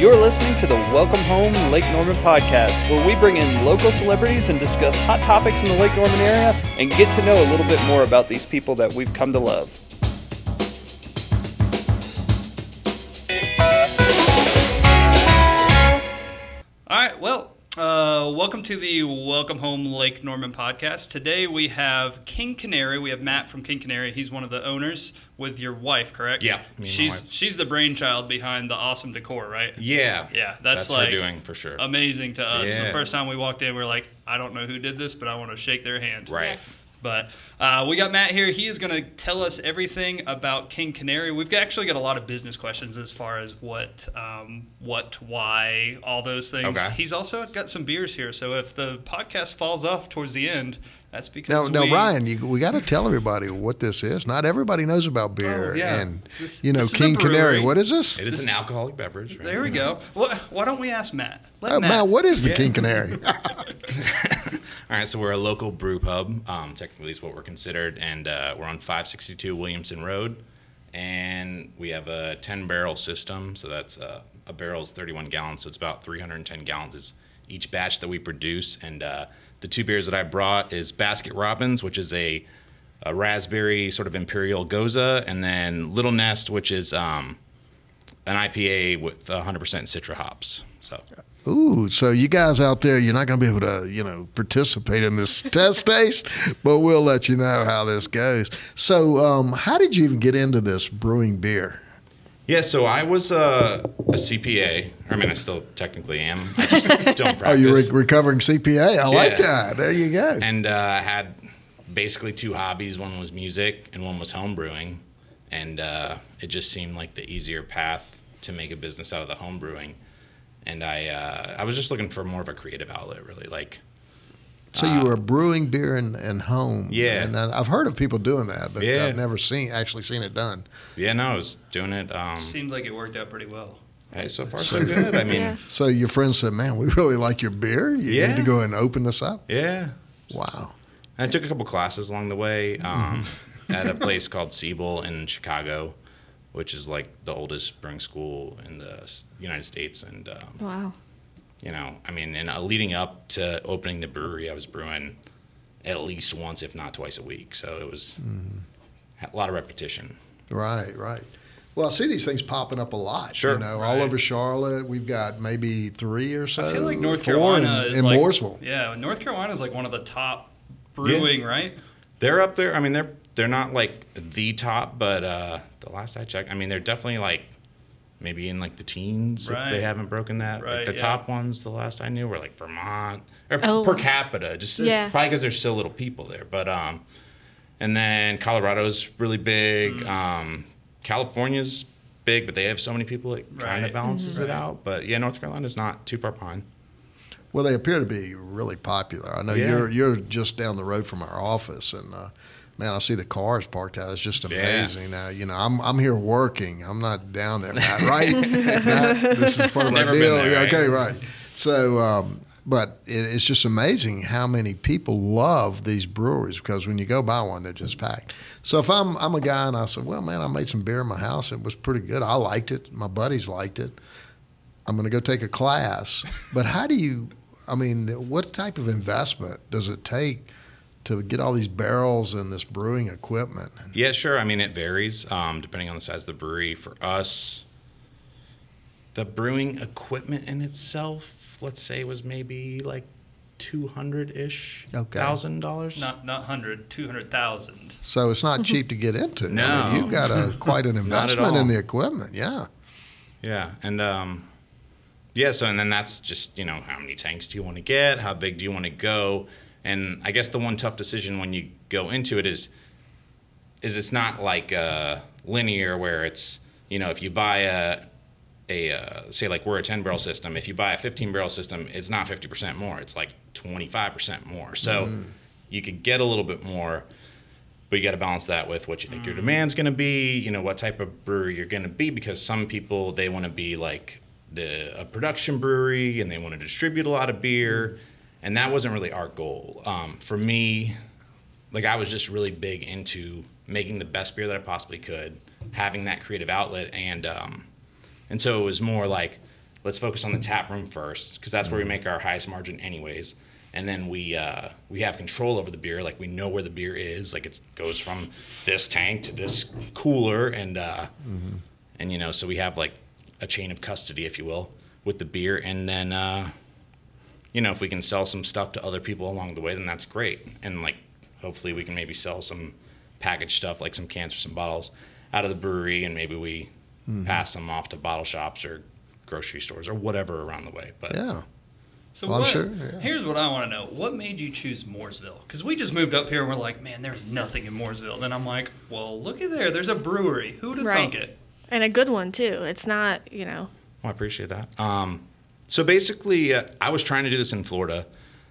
You're listening to the Welcome Home Lake Norman podcast, where we bring in local celebrities and discuss hot topics in the Lake Norman area and get to know a little bit more about these people that we've come to love. All right, well, uh, welcome to the Welcome Home Lake Norman podcast. Today we have King Canary. We have Matt from King Canary. He's one of the owners with your wife, correct? Yeah, me and my she's wife. she's the brainchild behind the awesome decor, right? Yeah. Yeah, that's, That's like her doing for sure. amazing to us. The Yeah. first time we walked in, we were like, I don't know who did this, but I want to shake their hand. right. But uh, we got Matt here. He is going to tell us everything about King Canary. We've got- actually got a lot of business questions as far as what, um, what, why, all those things. Okay. He's also got some beers here. So if the podcast falls off towards the end, that's Now, because now, we- Ryan, you, we got to tell everybody what this is. Not everybody knows about beer, Oh, yeah. and This- you know, this is a King Canary. brewery. What is this? It is an alcoholic beverage. Right? There we go. Wha why don't we ask Matt? Let Uh, Matt. Matt, what is the King Canary? All right, so we're a local brew pub, um, technically is what we're considered, and uh, we're on 562 Williamson Road, and we have a 10 barrel system, so that's uh, a barrel is 31 gallons, so it's about 310 gallons is each batch that we produce, and uh, the two beers that I brought is Basket Robbins, which is a, a raspberry sort of imperial goza, and then Little Nest, which is um, an IPA with 100% citra hops. So Ooh, so you guys out there, you're not going to be able to, you know, participate in this test taste, but we'll let you know how this goes. So, um, how did you even get into this brewing beer? Yeah, so I was uh, a CPA. I mean, I still technically am. I just don't practice. Oh, you're re- recovering CPA. I like Yeah. that. There you go. and uh, I had basically two hobbies. One was music, and one was home brewing. And uh, it just seemed like the easier path to make a business out of the home brewing. And I, uh, I was just looking for more of a creative outlet, really. Like, So Uh, you were brewing beer and, and home. Yeah. and I, I've heard of people doing that, but Yeah. I've never seen actually seen it done. yeah, no, I was doing it. Um, Seems like it worked out pretty well. hey, so far so good. I mean, yeah. So your friend said, "Man, we really like your beer. You Yeah. need to go and open this up." Wow. I took a couple classes along the way um, at a place called Siebel in Chicago, which is like the oldest brewing school in the s- United States. And, um, Wow. you know, I mean, and uh, leading up to opening the brewery, I was brewing at least once, if not twice a week. So it was had a lot of repetition. Right, right. Well, I see these things popping up a lot. Sure, you know, all right. over Charlotte. We've got maybe three or so. I feel like North four Carolina in, is Uh, in like, Mooresville. Yeah, North Carolina is like one of the top brewing, right? They're up there. I mean, they're they're not like the top, but uh, the last I checked, I mean, they're definitely like maybe in like the teens if Right. they haven't broken that. Right, like the yeah. top ones, the last I knew, were like Vermont or Oh. per capita. Just it's Yeah. probably because there's still little people there, but um, and then Colorado's really big. Mm. Um, California's big, but they have so many people it kind Right. of balances Mm-hmm. it out. But yeah, North Carolina's not too far behind. Well, they appear to be really popular. I know Yeah. you're you're just down the road from our office, and uh, man, I see the cars parked out. It's just Yeah. amazing. Uh, you know, I'm I'm here working. I'm not down there, Matt. Right? Matt, this is part of Never our been deal. there, eh? Yeah, right? Okay, right. So. Um, but it, it's just amazing how many people love these breweries because when you go buy one, they're just packed. So if I'm I'm a guy and I said, well, man, I made some beer in my house. It was pretty good. I liked it. My buddies liked it. I'm going to go take a class. But how do you, I mean, what type of investment does it take to get all these barrels and this brewing equipment? Yeah, sure. I mean, it varies um, depending on the size of the brewery. For us, the brewing equipment in itself, let's say, was maybe like two hundred ish Okay. thousand dollars. Not not 100, 200,000. So it's not cheap to get into. I mean, No. you've got a, quite an Not at investment in all. the equipment. Yeah. Yeah, and um, yeah. So and then that's just you know how many tanks do you want to get? How big do you want to go? And I guess the one tough decision when you go into it is is it's not like uh, linear where it's you know if you buy a a uh, say like we're a 10 barrel system if you buy a 15 barrel system it's not 50% more it's like 25% more so you could get a little bit more but you got to balance that with what you think your demand's going to be you know what type of brewery you're going to be because some people they want to be like the a production brewery and they want to distribute a lot of beer and that wasn't really our goal um, for me like I was just really big into making the best beer that I possibly could, having that creative outlet, and um, and so it was more like let's focus on the tap room first because that's where we make our highest margin anyways. And then we uh, we have control over the beer, like we know where the beer is, like it goes from this tank to this cooler, and uh, and you know, so we have like a chain of custody, if you will, with the beer, and then uh, you know, if we can sell some stuff to other people along the way, then that's great. And like, hopefully, we can maybe sell some packaged stuff, like some cans or some bottles, out of the brewery, and maybe we pass them off to bottle shops or grocery stores or whatever around the way. But Yeah. So Well, I'm what, sure, yeah. here's what I want to know. What made you choose Mooresville? Because we just moved up here and we're like, man, there's nothing in Mooresville. Then I'm like, well, looky there. There's a brewery. Who'd have Right. thunk it? and a good one too. It's not, you know, Well, I appreciate that. Um, so basically, uh, I was trying to do this in Florida.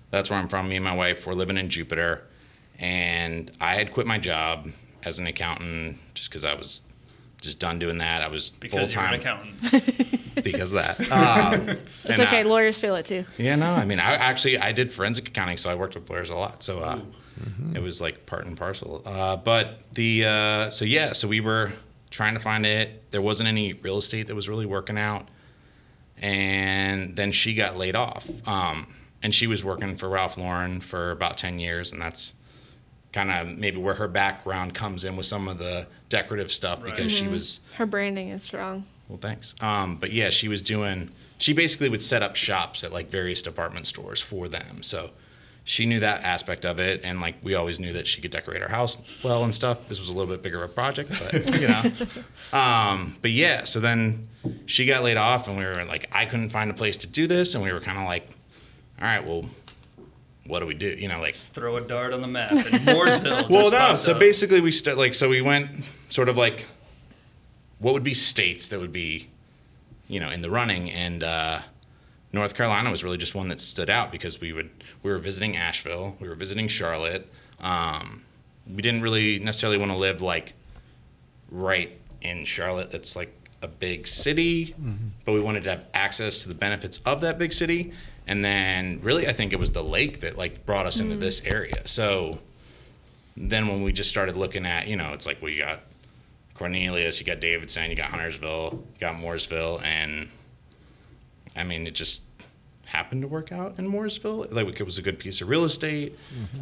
That's where I'm from. Me and my wife were living in Jupiter, and I had quit my job as an accountant just because I was just done doing that. I was full Because you're an time accountant. because of that. Um, it's and okay. I- lawyers feel it too. Yeah, no, I mean, I actually I did forensic accounting, so I worked with lawyers a lot. So uh, it was like part and parcel. Uh, but the uh, so yeah, so we were trying to find it. There wasn't any real estate that was really working out, and then she got laid off. Um, and she was working for Ralph Lauren for about ten years, and that's kind of maybe where her background comes in with some of the decorative stuff Right. because she was Her branding is strong. well, thanks. Um, but yeah, she was doing. She basically would set up shops at like various department stores for them. So she knew that aspect of it, and like we always knew that she could decorate our house well and stuff. This was a little bit bigger of a project, but you know. Um, but yeah, so then she got laid off, and we were like, I couldn't find a place to do this, and we were kind of like, all right, well, what do we do? You know, like Throw a dart on the map. And Mooresville. just well, no. popped So up. basically, we st- like so we went sort of like what would be states that would be, you know, in the running, and uh, North Carolina was really just one that stood out because we would we were visiting Asheville, we were visiting Charlotte. Um, we didn't really necessarily want to live like right in Charlotte. That's like a big city, but we wanted to have access to the benefits of that big city. And then, really, I think it was the lake that like brought us into this area. So then when we just started looking at, you know, it's like we got Cornelius, you got Davidson, you got Huntersville, you got Mooresville, and I mean, it just happened to work out in Mooresville. Like it was a good piece of real estate.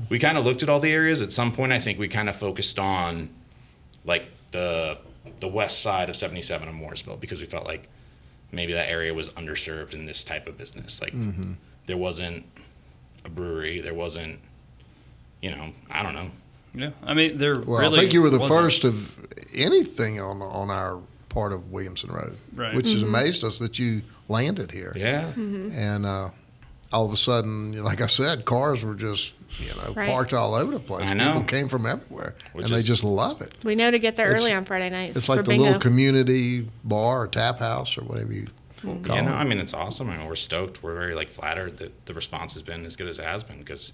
We kind of looked at all the areas. At some point, I think we kind of focused on like the the west side of 77 of Mooresville because we felt like maybe that area was underserved in this type of business. Like there wasn't a brewery, there wasn't, you know, I don't know, Yeah. I mean, they're Well, really. I think you were the wasn't- first of anything on on our part of Williamson Road, Right. which has amazed us that you landed here. Yeah. Mm-hmm. And uh, all of a sudden, like I said, cars were just you know Right. parked all over the place. I know. People came from everywhere, Which and they is- just love it. We know to get there It's- early on Friday nights. It's for like the bingo. little community bar or tap house or whatever you call Yeah, no, I it. mean it's awesome. I mean we're stoked. We're very like flattered that the response has been as good as it has been because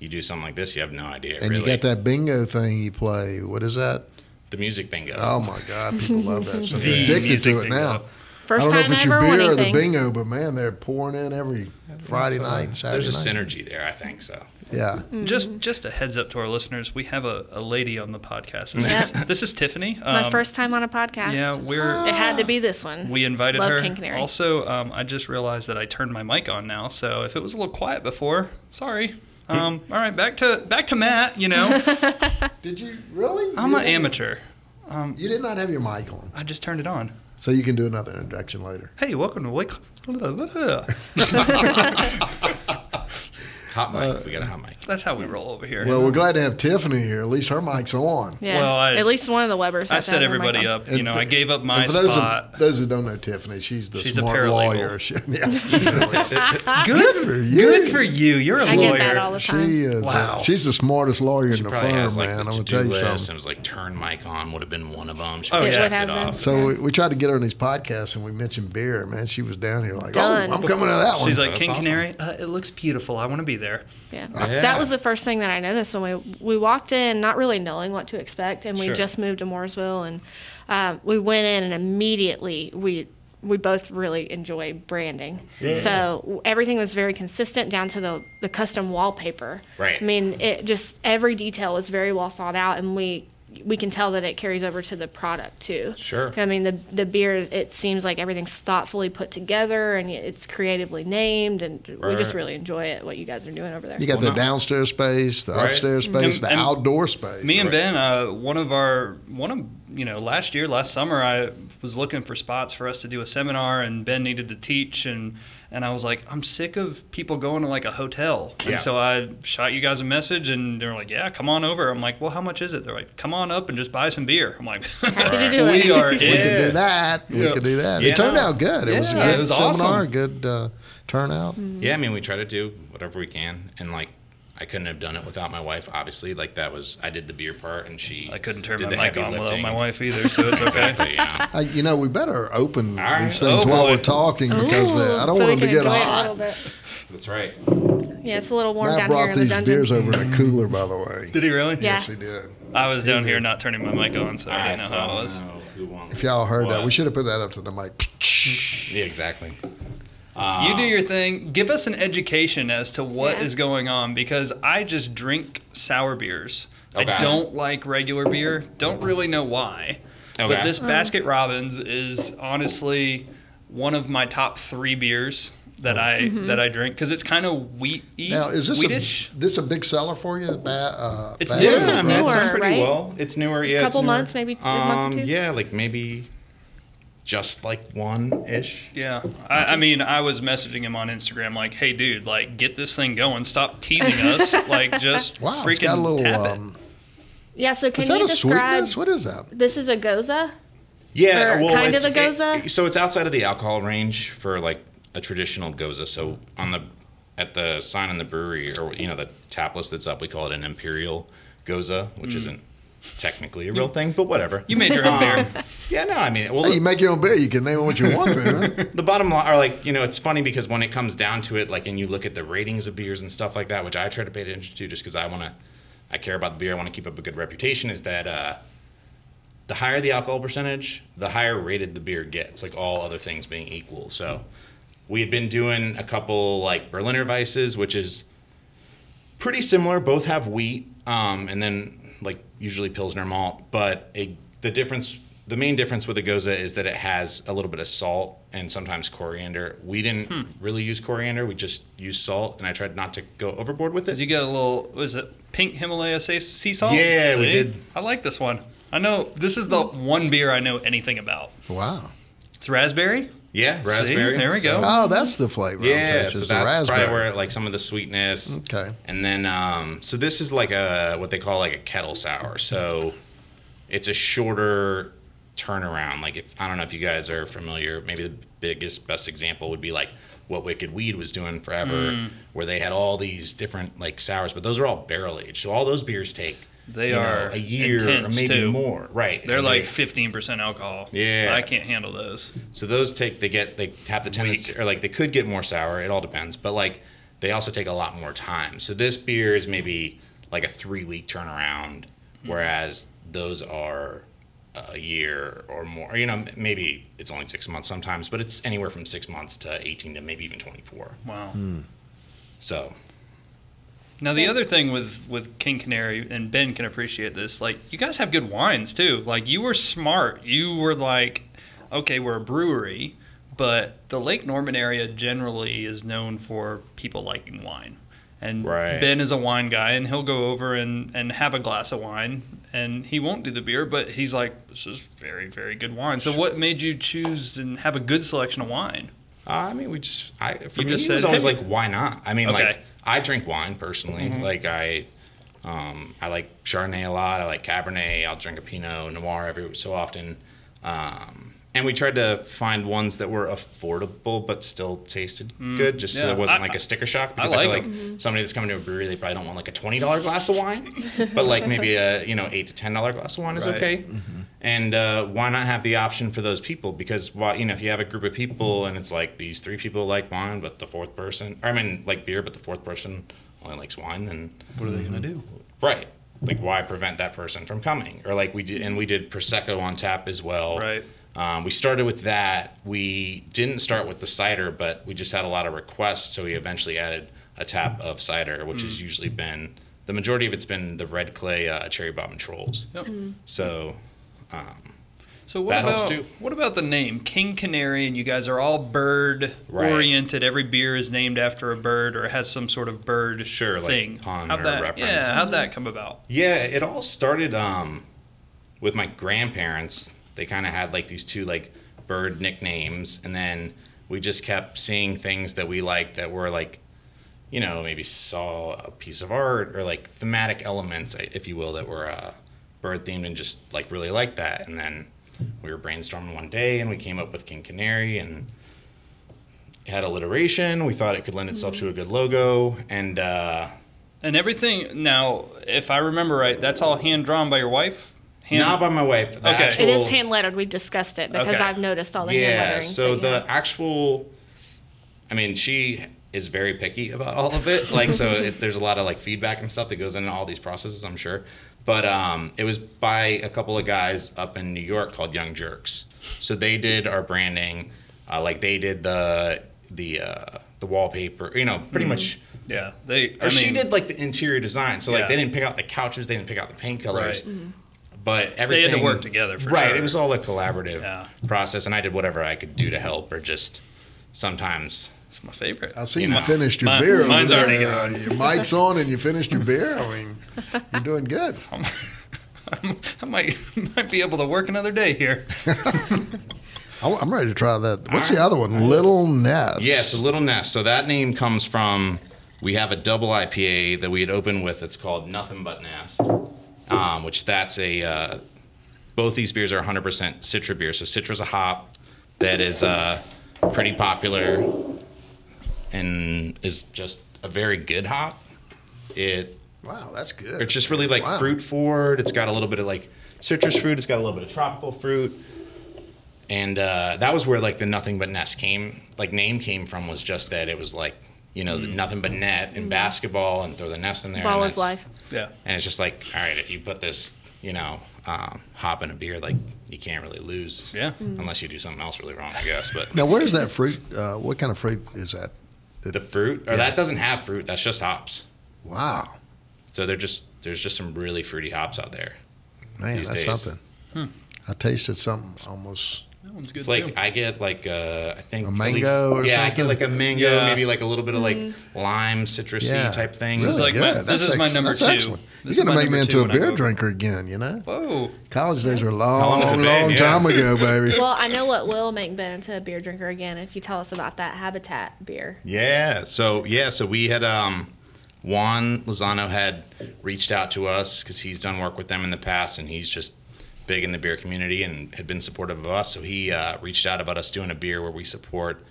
you do something like this, you have no idea. And really. you got that bingo thing you play. What is that? the music bingo. Oh my God, people love that. So The they're addicted music to it now. bingo. First I don't know time if it's I your ever beer won or the anything. bingo, but man, they're pouring in every Friday uh, night, and Saturday There's a night. synergy there, I think. So Yeah. Just just a heads up to our listeners, we have a, a lady on the podcast. This, is, Yep. this is Tiffany. My Um, first time on a podcast. Yeah, we're It had to be this one. we invited Love her. King Canary. Also, um, I just realized that I turned my mic on now, so if it was a little quiet before, sorry. Um, all right, back to back to Matt. You know, Did you really? I'm You an didn't- amateur. You did not have your mic on, I just turned it on. so you can do another introduction later. Hey, welcome to Wake. hot mic, Uh, we got a hot mic. That's how we roll over here. Well, we're glad to have Tiffany here. At least her mic's on. yeah. well, I- at least one of the Webbers. I has to set have their mic everybody on. up. You And know, for- I gave up my and for those spot. Of, those who don't know Tiffany, she's the She's a smart paralegal. lawyer. She, yeah. She's good for you. Ah. Good for you. You're a I lawyer. get that all the time. She is. uh, Wow. she's the smartest lawyer in the Probably firm, has like man. I'm the gonna to-do tell you list. something. And it was like turn mic on would have been one of them. She Oh, oh, yeah. It would checked have it been. off. So we, we tried to get her on these podcasts, and we mentioned beer. and, Man, she was down here like, Done. "Oh, I'm coming to that one." She's like That's King awesome. Canary. Uh, it looks beautiful. I want to be there. Yeah. Yeah. Uh, That was the first thing that I noticed when we we walked in, not really knowing what to expect, and we Sure. just moved to Mooresville, and um, we went in and immediately we we both really enjoy branding. So w- everything was very consistent down to the the custom wallpaper. Right. I mean, it just every detail was very well thought out, and we we can tell that it carries over to the product too. Sure. I mean, the the beers. It seems like everything's thoughtfully put together and it's creatively named, and we just Right. really enjoy it. What you guys are doing over there. You got Well, the no. downstairs space, the Right. upstairs space, And- the and outdoor space. Me and Ben, uh, one of our one of you know last year, last summer, I was looking for spots for us to do a seminar, and Ben needed to teach, and and I was like, I'm sick of people going to like a hotel, Yeah. and so I shot you guys a message, and they're like, Yeah, come on over. I'm like, Well, how much is it? They're like, Come on up and just buy some beer. I'm like, Happy to do it. We are we in. could do that. We Yeah. could do that. Yeah. It turned out good. It was a Yeah, good it was seminar, awesome. good uh, turnout. Mm. Yeah, I mean, we try to do whatever we can, and like, I couldn't have done it without my wife. Obviously, like that was I did the beer part, and she I couldn't turn did the my mic heavy on without lifting. my wife either, so it's okay. Exactly, yeah. Uh, you know, we better open All right. these things Oh, while boy. we're talking because uh, I don't Ooh, so want we them to can get enjoy it a hot. little bit. That's right. Yeah, it's a little warm Matt down here brought in the these dungeon. Mm. beers over in a cooler, by the way. Did he really? Yeah. Yes, he did. I was down here not turning my mic on, so I Alright, didn't know so how it was. know who wants If y'all heard that, what. we should have put that up to the mic. Mm-hmm. Yeah, exactly. You Um, do your thing. Give us an education as to what is Yeah. going on because I just drink sour beers. Okay. I don't like regular beer. Don't really know why. Okay. Mm. But this Basket Robbins is honestly one of my top three beers that Mm. I that I drink because it's kind of wheat Now, is this wheatish. a, this a big seller for you? Ba- uh, It's Bass? new. This is I mean, it's done newer, pretty right? well. It's newer. Yeah, couple it's newer. months, maybe a month Um, or two? Yeah, like maybe just like one ish. yeah, I, I mean, I was messaging him on Instagram like, "Hey, dude, like, get this thing going. Stop teasing us. like, just Wow, freaking it's got a little. tap it." Um, Yeah, so can is that you a describe? sweetness? What is that? This is a goza. Yeah, Or well, kind it's, of a goza? it- so it's outside of the alcohol range for like a traditional goza. So on the at the sign in the brewery or you know the tap list that's up, we call it an imperial goza, which isn't technically a real thing, but whatever. You made your own beer. yeah, no, I mean, well, Hey, you make your own beer. You can name it what you want to. huh? the bottom line are like you know it's funny because when it comes down to it like and you look at the ratings of beers and stuff like that which i try to pay attention to just because i want to i care about the beer i want to keep up a good reputation is that uh the higher the alcohol percentage the higher rated the beer gets like all other things being equal so we had been doing a couple like berliner weisses which is pretty similar. Both have wheat, um, and then like usually pilsner malt. But a, the difference, the main difference with the goza is that it has a little bit of salt and sometimes coriander. We didn't Hmm. really use coriander; we just used salt, and I tried not to go overboard with it. Did you get a little? Was it pink Himalaya sea, sea salt? Yeah, we See? did. I like this one. I know this is the one beer I know anything about. Wow. It's raspberry. yeah, See? raspberry. There we So- go. Oh, that's the flavor. I'm Yeah, tasting, so that's is the raspberry. probably where like some of the sweetness. Okay. And then, um, so this is like a what they call like a kettle sour. So it's a shorter turnaround. Like if I don't know if you guys are familiar, maybe the biggest best example would be like what Wicked Weed was doing forever, Mm. where they had all these different like sours, but those are all barrel aged. So all those beers take They you know, are a year or intense, maybe too. more. Right? They're And like they- fifteen percent alcohol. Yeah. I can't handle those. so those take they get they have the tendency or like they could get more sour. It all depends, but like they also take a lot more time. So this beer is maybe like a three week turnaround, whereas those are a year or more. You know, m- maybe it's only six months sometimes, but it's anywhere from six months to eighteen to maybe even twenty four. Wow. So Now the other thing with with King Canary and Ben can appreciate this. Like you guys have good wines too. Like you were smart. You were like, okay, we're a brewery, but the Lake Norman area generally is known for people liking wine. And Right. Ben is a wine guy, and he'll go over and and have a glass of wine, and he won't do the beer, but he's like, this is very very good wine. So what made you choose and have a good selection of wine? Uh, I mean, we just I for You me just it was said- always like, why not? I mean, Okay. Mm-hmm. like I drink wine personally. Like I, um, I like Chardonnay a lot. I like Cabernet. I'll drink a Pinot Noir every so often. Um, and we tried to find ones that were affordable but still tasted good, just Mm, yeah. so it wasn't I- like a sticker shock. I Because I, like feel like somebody that's coming to a brewery, they probably don't want like a twenty dollar glass of wine, but like maybe a you know eight to ten dollar glass of wine is Right. okay and uh, why not have the option for those people? Because why, you know, if you have a group of people and it's like these three people like wine, but the fourth person, or I mean, like beer, but the fourth person only likes wine, then What are they going to do? right, like why prevent that person from coming? Or like we did, and we did prosecco on tap as well. Right. Um, we started with that. We didn't start with the cider, Mm. but we just had a lot of requests, so we eventually added a tap of cider, which has usually been the majority of it's been the red clay uh, cherry bob and trolls. Yep. So, um, So what That helps about too. what about the name King Canary? And you guys are all bird Right. oriented. Every beer is named after a bird or has some sort of bird Sure, like thing. pun how'd or that, reference. Yeah, how'd that come about? yeah, it all started um, with my grandparents. They kind of had like these two like bird nicknames, and then we just kept seeing things that we liked that were like, you know, maybe saw a piece of art or like thematic elements, i- if you will, that were uh, bird themed and just like really liked that. And then we were brainstorming one day, and we came up with King Canary, and it had alliteration. We thought it could lend itself to a good logo, and uh, And everything now, if I remember right, that's all hand drawn by your wife. Hand, not by my wife. The Okay. actual- It is hand lettered. We've discussed it because Okay. I've noticed all the hand Yeah. lettering. So but the yeah. actual, I mean, she is very picky about all of it. Like, so if there's a lot of like feedback and stuff that goes into all these processes, I'm sure. But um, it was by a couple of guys up in New York called Young Jerks. So they did our branding, uh, like they did the the uh, the wallpaper. You know, Mm-hmm. pretty much. yeah, they. Or I she mean, did like the interior design. So like Yeah. they didn't pick out the couches, they didn't pick out the paint colors Mm-hmm. Right. but They everything had to work together for right sure. it was all a collaborative Yeah. process and i did whatever i could do to help or just sometimes It's my favorite. I see you, know, finished your mine- beer. over mine's there. already Uh, Your mic's on and you finished your beer. I mean, you're doing good. I might might be able to work another day here. I, am ready to try that. What's All the right. other one? Little Ness. yes a little nest so that name comes from we have a double ipa that we had opened with it's called nothing but nest um, which that's a uh, both these beers are 100% citra beer so citra's a hop that is uh, pretty popular and is just a very good hop it Wow, that's good. It's just really like Wow. fruit forward. It's got a little bit of like citrus fruit. It's got a little bit of tropical fruit. And uh, that was where like the nothing but nest came, like name came from was just that it was like, you know, the nothing but net and basketball and throw the nest in there. Mm. Mm-hmm. ball and is that's- life. Yeah. And it's just like, all right, if you put this, you know, um, hop in a beer, like you can't really lose. Yeah. Mm. Unless you do something else really wrong, I guess. But Now, where's that fruit? Uh, what kind of fruit is that? the fruit, or that doesn't have fruit. That's just hops. Wow, So they're just, there's just some really fruity hops out there. man, These that's days. something. Hmm. I tasted something almost. That one's good It's too. like I get like uh, I think A at mango or yeah, I something? get like a mango, Yeah. maybe like a little bit of like lime, citrusy Yeah, type thing. This is Really like my- good. this That's is my ex- number that's two. excellent. This is my You're gonna make me number into two a when I beer go- drinker again. You know, Whoa. college days are a long long, has it long, been? Yeah. time ago, baby. Well, I know what will make Ben into a beer drinker again if you tell us about that Habitat beer. Yeah. So yeah, so we had um, Juan Lozano had reached out to us because he's done work with them in the past, and he's just big in the beer community and had been supportive of us. So he uh, reached out about us doing a beer where we support.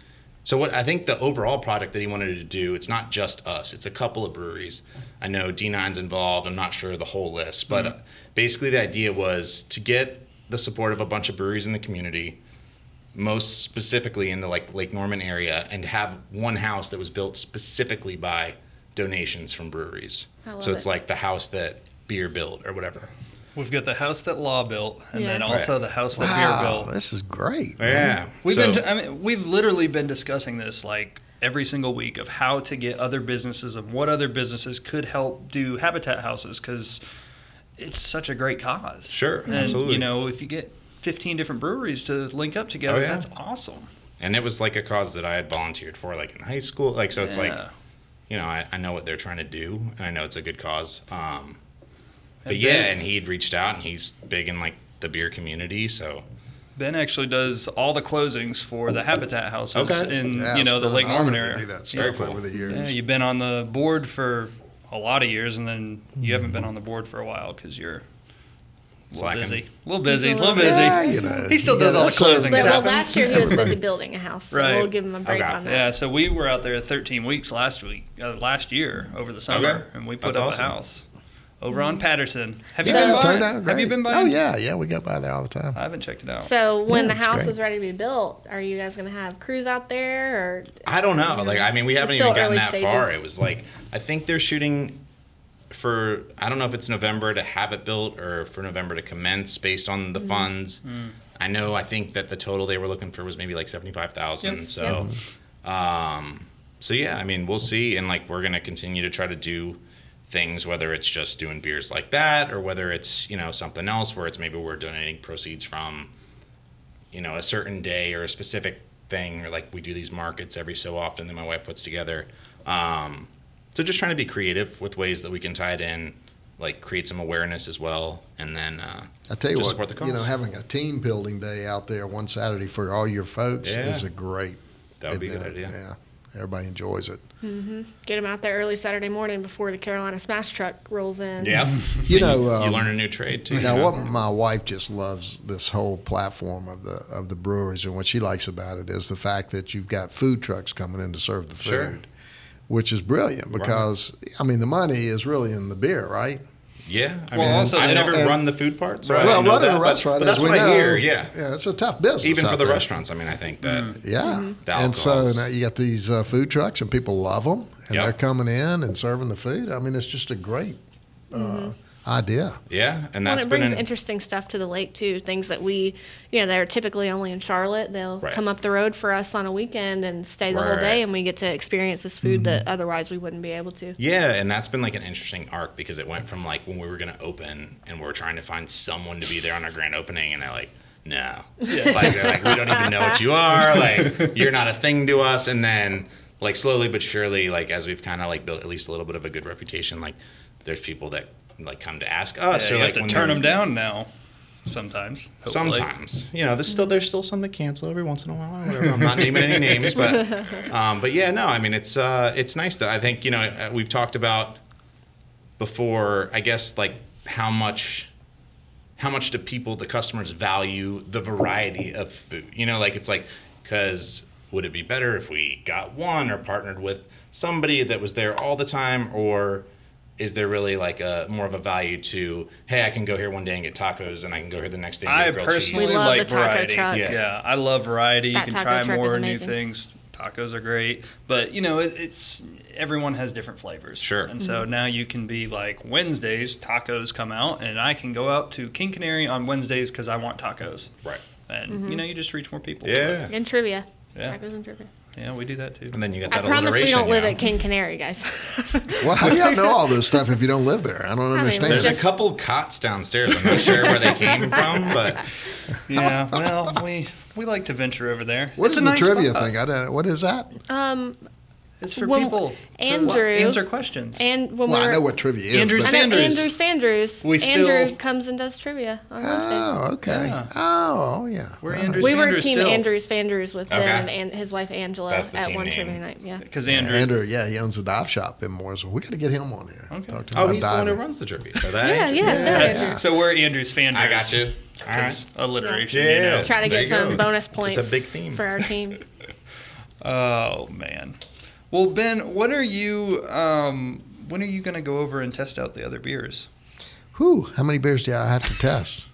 So what I think the overall project that he wanted to do, it's not just us; it's a couple of breweries. I know D9's involved. I'm not sure of the whole list, but Mm-hmm. uh, basically the idea was to get the support of a bunch of breweries in the community most specifically in the like Lake Norman area, and to have one house that was built specifically by donations from breweries. I love so it's it. like the house that beer built or whatever. We've got the house that law built, and Yeah. then also the house that beer Wow, built. this is great. Yeah, We've been, I mean, we've literally been discussing this like every single week of how to get other businesses and what other businesses could help do habitat houses because it's such a great cause. Sure, and, absolutely. You know, if you get 15 different breweries to link up together, Oh, yeah. that's awesome. and it was like a cause that I had volunteered for, like in high school. Like so, it's Yeah. like you know I, I know what they're trying to do, and I know it's a good cause. Um, but And yeah, Ben- and he'd reached out, and he's big in like the beer community, so. Ben actually does all the closings for the habitat houses Okay. in Yeah, you it's know the been Lake an Norman honor to area. do that Yeah. stuff cool. over the years. Yeah, you've been on the board for a lot of years, and then you haven't been on the board for a while because you're a little Slacking. busy. A little busy. A a little little busy. Yeah, you know. He still Yeah, does all the that's sort of- closing But well, stuff. last year he was busy building a house, so Right. we'll give him a break Okay. on that. Yeah, so we were out there 13 weeks last week, uh, last year over the summer, Okay. and we put That's up awesome. a house over on Patterson. Have you Yeah, been it by? turned out Have you great. been by? Oh it? yeah, yeah, we go by there all the time. I haven't checked it out. So Yeah, when the that's house great. is ready to be built, are you guys going to have crews out there or I don't know. Like, I mean, we haven't It's still even gotten early that far. stages. It was like, I think they're shooting for, I don't know if it's November to have it built or for November to commence based on the funds. I know, I think that the total they were looking for was maybe like 75,000. Yep. So, um, so yeah, I mean, we'll see. And like, we're going to continue to try to do things, whether it's just doing beers like that or whether it's, you know, something else where it's maybe we're donating proceeds from, you know, a certain day or a specific thing, or like we do these markets every so often that my wife puts together. Um, so just trying to be creative with ways that we can tie it in, like create some awareness as well, and then uh, I tell you just what, support the you know, cause. having a team building day out there one Saturday for all your folks Yeah. is a great. that would be a good event. idea. Yeah, everybody enjoys it. Get them out there early Saturday morning before the Carolina Smash Truck rolls in. Yeah, You And know, you, um, learn a new trade too. Now, you know? what my wife just loves this whole platform of the of the breweries, and what she likes about it is the fact that you've got food trucks coming in to serve the food, Sure. which is brilliant Right. because I mean the money is really in the beer, right? Yeah, I Well, mean, also I've they never don't- run the food part, so I well, don't know running that, a but- restaurant, but is that's we what I know, hear. Yeah, yeah, it's a tough business, even for out the there. restaurants. I mean, I think that Mm. Yeah. The and so alcohols. now you got these uh, food trucks, and people love them, and Yep. they're coming in and serving the food. I mean, it's just a great uh, Mm-hmm. idea. yeah, and Well, and that's it been brings an, interesting stuff to the lake too. Things that we, you know, they're typically only in Charlotte. They'll Right. come up the road for us on a weekend and stay the whole Right. Mm-hmm. day, and we get to experience this food that otherwise we wouldn't be able to. yeah, and that's been like an interesting arc because it went from like when we were gonna open and we were trying to find someone to be there on our grand opening, and they're like. No, like, they're like we don't even know what you are. Like you're not a thing to us. And then, like slowly but surely, like as we've kind of like built at least a little bit of a good reputation, like there's people that like come to ask us. Yeah, or you like have when to turn they're- them down now. Sometimes. hopefully. Sometimes, you know, there's still there's still some that cancel every once in a while. Or whatever. I'm not naming any names, but um, but yeah, no, I mean it's uh, it's nice that I think you know uh, we've talked about before. I guess like how much how much do people the customers value the variety of food? You know, like it's like because would it be better if we got one or partnered with somebody that was there all the time or is there really like a more of a value to hey i can go here one day and get tacos and i can go here the next day and I get grilled personally We cheese love like the taco variety. truck. Yeah. Yeah. I love variety. That you can taco try truck more is new amazing. things. Tacos are great, but you know it, it's everyone has different flavors. Sure. And so Mm-hmm. now you can be like Wednesdays tacos come out, and I can go out to King Canary on Wednesdays because I want tacos. right And Mm-hmm. you know you just reach more people. yeah And trivia. Yeah. Tacos and trivia. Yeah, we do that too. and then you got I that promise we alliteration, don't live you know. at King Canary, guys. Well, how do y'all know all this stuff if you don't live there? I don't mean, understand. there's Just- a couple cots downstairs i'm not sure where they came from but Yeah. Well, we we like to venture over there. What's it's a the nice trivia spot. thing? I don't. What is that? um, It's for Well, people Andrew- to answer questions. and when Well, we I were, know what trivia is. Andrew's I but- know Fandrews. Andrew's Fandrews. We still- Andrew comes and does trivia on Wednesday. oh, okay. Yeah. Oh, yeah. We're All Andrew's We were Fandrews team still. Andrews Fandrews with Okay. them and, and his wife Angela That's the at team one name. trivia night. Yeah. Because Yeah, Andrew, Andrew, yeah, he owns a dive shop in Mooresville. We got to get him on here. Okay. Talk to him oh about he's the one who diving. runs the derby Yeah, yeah, no, Yeah. Andrew. So we're Andrew's fan. i got you all right Alliteration. Yeah. You know. Try to There get you go. some It's- bonus it's a points big theme. for our team. Oh man. Well, Ben, when are you? Um, when are you going to go over and test out the other beers? Whew, how many beers do I have to test?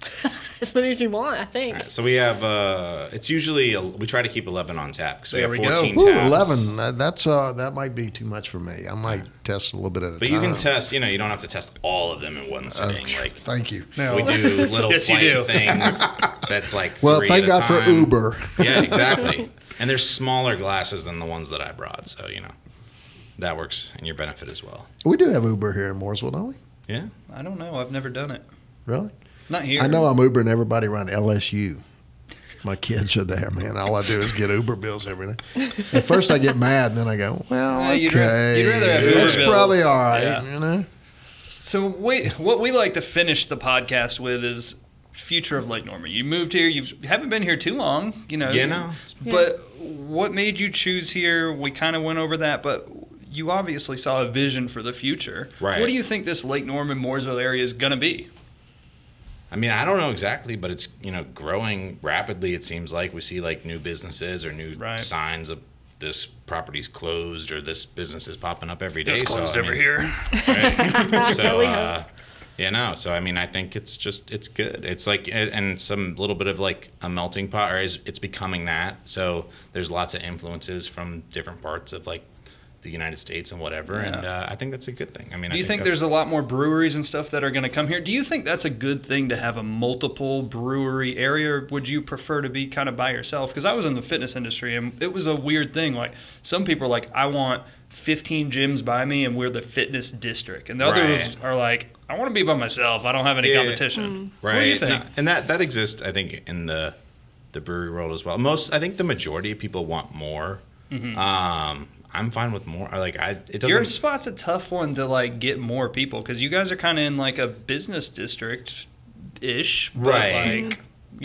as many as you want, I think. All right, so we have uh it's usually we try to keep 11 on tap because we There have we go. 14 Ooh, taps. eleven. That, that's uh, that might be too much for me. I might test a little bit at a But time. Uh, you can test, you know, you don't have to test all of them in one sitting. like Thank you. we do little Yes, you flight do. things. That's like Well, three thank at a God for time. Uber. Yeah, exactly. and there's smaller glasses than the ones that I brought, so you know that works in your benefit as well. We do have Uber here in Mooresville, don't we? Yeah, I don't know. I've never done it. Really? Not here. I know I'm Ubering everybody around LSU. My kids are there, man. All I do is get Uber bills every day. At first, I get mad, and then I go, "Well, Uh, okay, you'd ra- you'd rather have Uber that's bills." probably all right." Yeah. You know, So wait, what we like to finish the podcast with is future of Lake Norman. You moved here. You've, you haven't been here too long. You know. you know, But what made you choose here? We kind of went over that, but you obviously saw a vision for the future. Right. What do you think this Lake Norman Mooresville area is going to be? I mean, I don't know exactly, but it's you know growing rapidly. It seems like we see like new businesses or new Right. signs of this property's closed or this business is popping up every day. so, I mean, here. Right. so, We hope. uh, yeah, no. So, I mean, I think it's just it's good. It's like and- and some little bit of like a melting pot, or is it's becoming that. So there's lots of influences from different parts of like the United States and whatever, and Yeah. uh, I think that's a good thing. I mean, Do I you think that's- there's a lot more breweries and stuff that are going to come here? Do you think that's a good thing to have a multiple brewery area? Or would you prefer to be kind of by yourself? Because I was in the fitness industry and it was a weird thing. Like some people are like, I want 15 gyms by me and we're the fitness district. And the Right. others are like, I want to be by myself. I don't have any Yeah. competition. right? What do you think? No, and that that exists, I think, in the the brewery world as well. Most, I think, the majority of people want more. Mm-hmm. Um, I'm fine with more. I Like, I it doesn't. Your spot's a tough one to like get more people because you guys are kind of in like a business district ish, Right. Like, you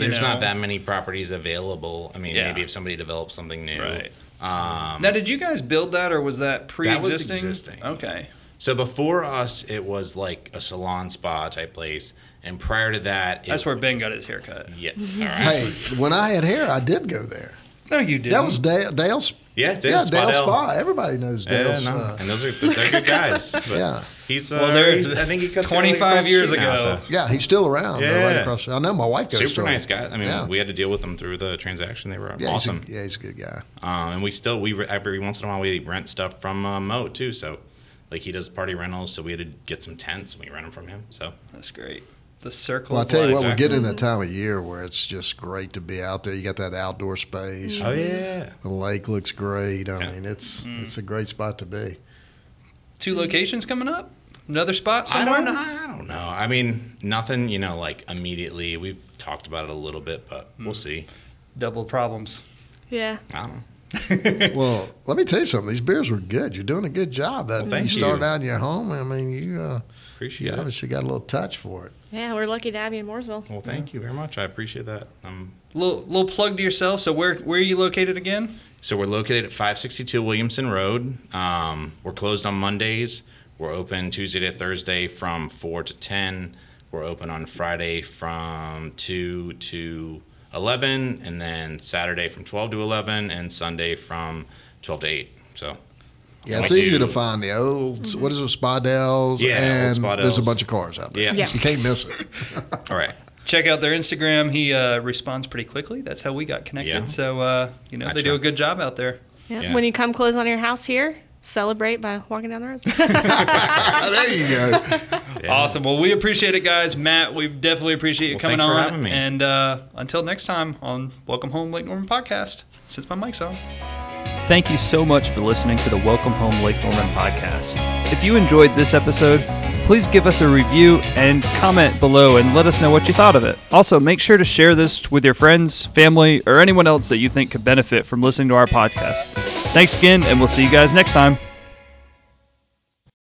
there's know. not that many properties available. I mean, Yeah. maybe if somebody develops something new. Right. Um, Now, did you guys build that or was that was pre-existing? existing. Okay. so before us, it was like a salon spa type place, and prior to that, it, That's where Ben got his haircut. Yeah. All right. Mm-hmm. Hey, when I had hair, I did go there. No, you didn't. That was Dale, Dale's. Yeah, Dale's yeah, Spa Dale's Dale. Spa. Everybody knows Yeah, Dale's. no, uh, and those are they're good guys. But Yeah. he's uh, Well, they're- he's- I think he cuts hair like 25 across the years street now, ago. so- yeah, he's still around. They're Right Yeah. across. I know my wife goes to Super him. nice guy. I mean, Yeah. we had to deal with them through the transaction. They were Yeah, awesome, He's a, yeah, he's a good guy. um, and we still we re- every once in a while we rent stuff from uh, Mo too. So, like he does party rentals, so we had to get some tents and we rent them from him. So That's great. The circle Well, I of tell you life. what, we're exactly. getting that time of year where it's just great to be out there. You got that outdoor space. oh yeah, The lake looks great. I Yeah. Mm-hmm. mean, it's it's a great spot to be. Two locations coming up? Another spot I somewhere? don't know. I don't know. I mean, nothing. You know, like immediately we've talked about it a little bit, but we'll see. Double problems. Yeah. I don't know. Well, let me tell you something. These beers were good. You're doing a good job. That Well, thank you started you. out in your home. I mean, you uh, you Appreciate it. obviously got a little touch for it. Yeah, we're lucky to have you in Mooresville. Well, thank you very much. I appreciate that. Um, Little, little plug to yourself. So where where are you located again? So we're located at 562 Williamson Road. Um, we're closed on Mondays. We're open Tuesday to Thursday from 4 to 10. We're open on Friday from 2 to 11, and then Saturday from 12 to 11, and Sunday from 12 to 8. So Yeah, it's Like easy you. to find the old. What is it, Spadell's? Mm-hmm. Yeah, and old Spadell's. there's a bunch of cars out there. Yeah. Yeah. you can't miss it. all right. Check out their Instagram. He uh, responds pretty quickly. That's how we got connected. Yeah. So uh, you know I they try. do a good job out there. Yeah. Yeah. When you come close on your house here, celebrate by walking down the road. there you go. Awesome. Well, we appreciate it, guys. Matt, we definitely appreciate you Well, coming thanks for on. having me. And uh, until next time on Welcome Home Lake Norman podcast. Since my mic's on. Thank you so much for listening to the Welcome Home Lake Norman podcast. If you enjoyed this episode, please give us a review and comment below and let us know what you thought of it. Also, make sure to share this with your friends, family, or anyone else that you think could benefit from listening to our podcast. Thanks again, and we'll see you guys next time.